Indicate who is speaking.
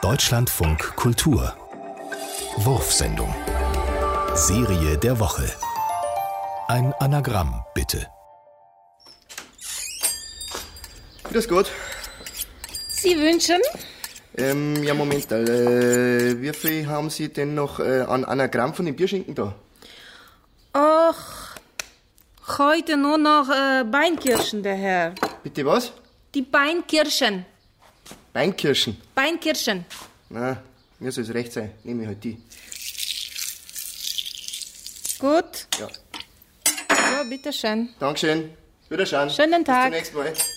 Speaker 1: Deutschlandfunk Kultur. Wurfsendung. Serie der Woche. Ein Anagramm, bitte.
Speaker 2: Grüß Gott.
Speaker 3: Sie wünschen?
Speaker 2: Ähm, ja, Moment, äh, wie viel haben Sie denn noch äh, an Anagramm von den Bierschinken da?
Speaker 3: Ach, heute nur noch äh, Beinkirschen, der Herr.
Speaker 2: Bitte was?
Speaker 3: Die Beinkirschen.
Speaker 2: Beinkirschen.
Speaker 3: Beinkirschen.
Speaker 2: Na, mir soll es recht sein. Nehme ich halt die.
Speaker 3: Gut.
Speaker 2: Ja.
Speaker 3: So, bitteschön.
Speaker 2: Dankeschön. Wiederschauen.
Speaker 3: Schönen Tag.
Speaker 2: Bis zum nächsten Mal.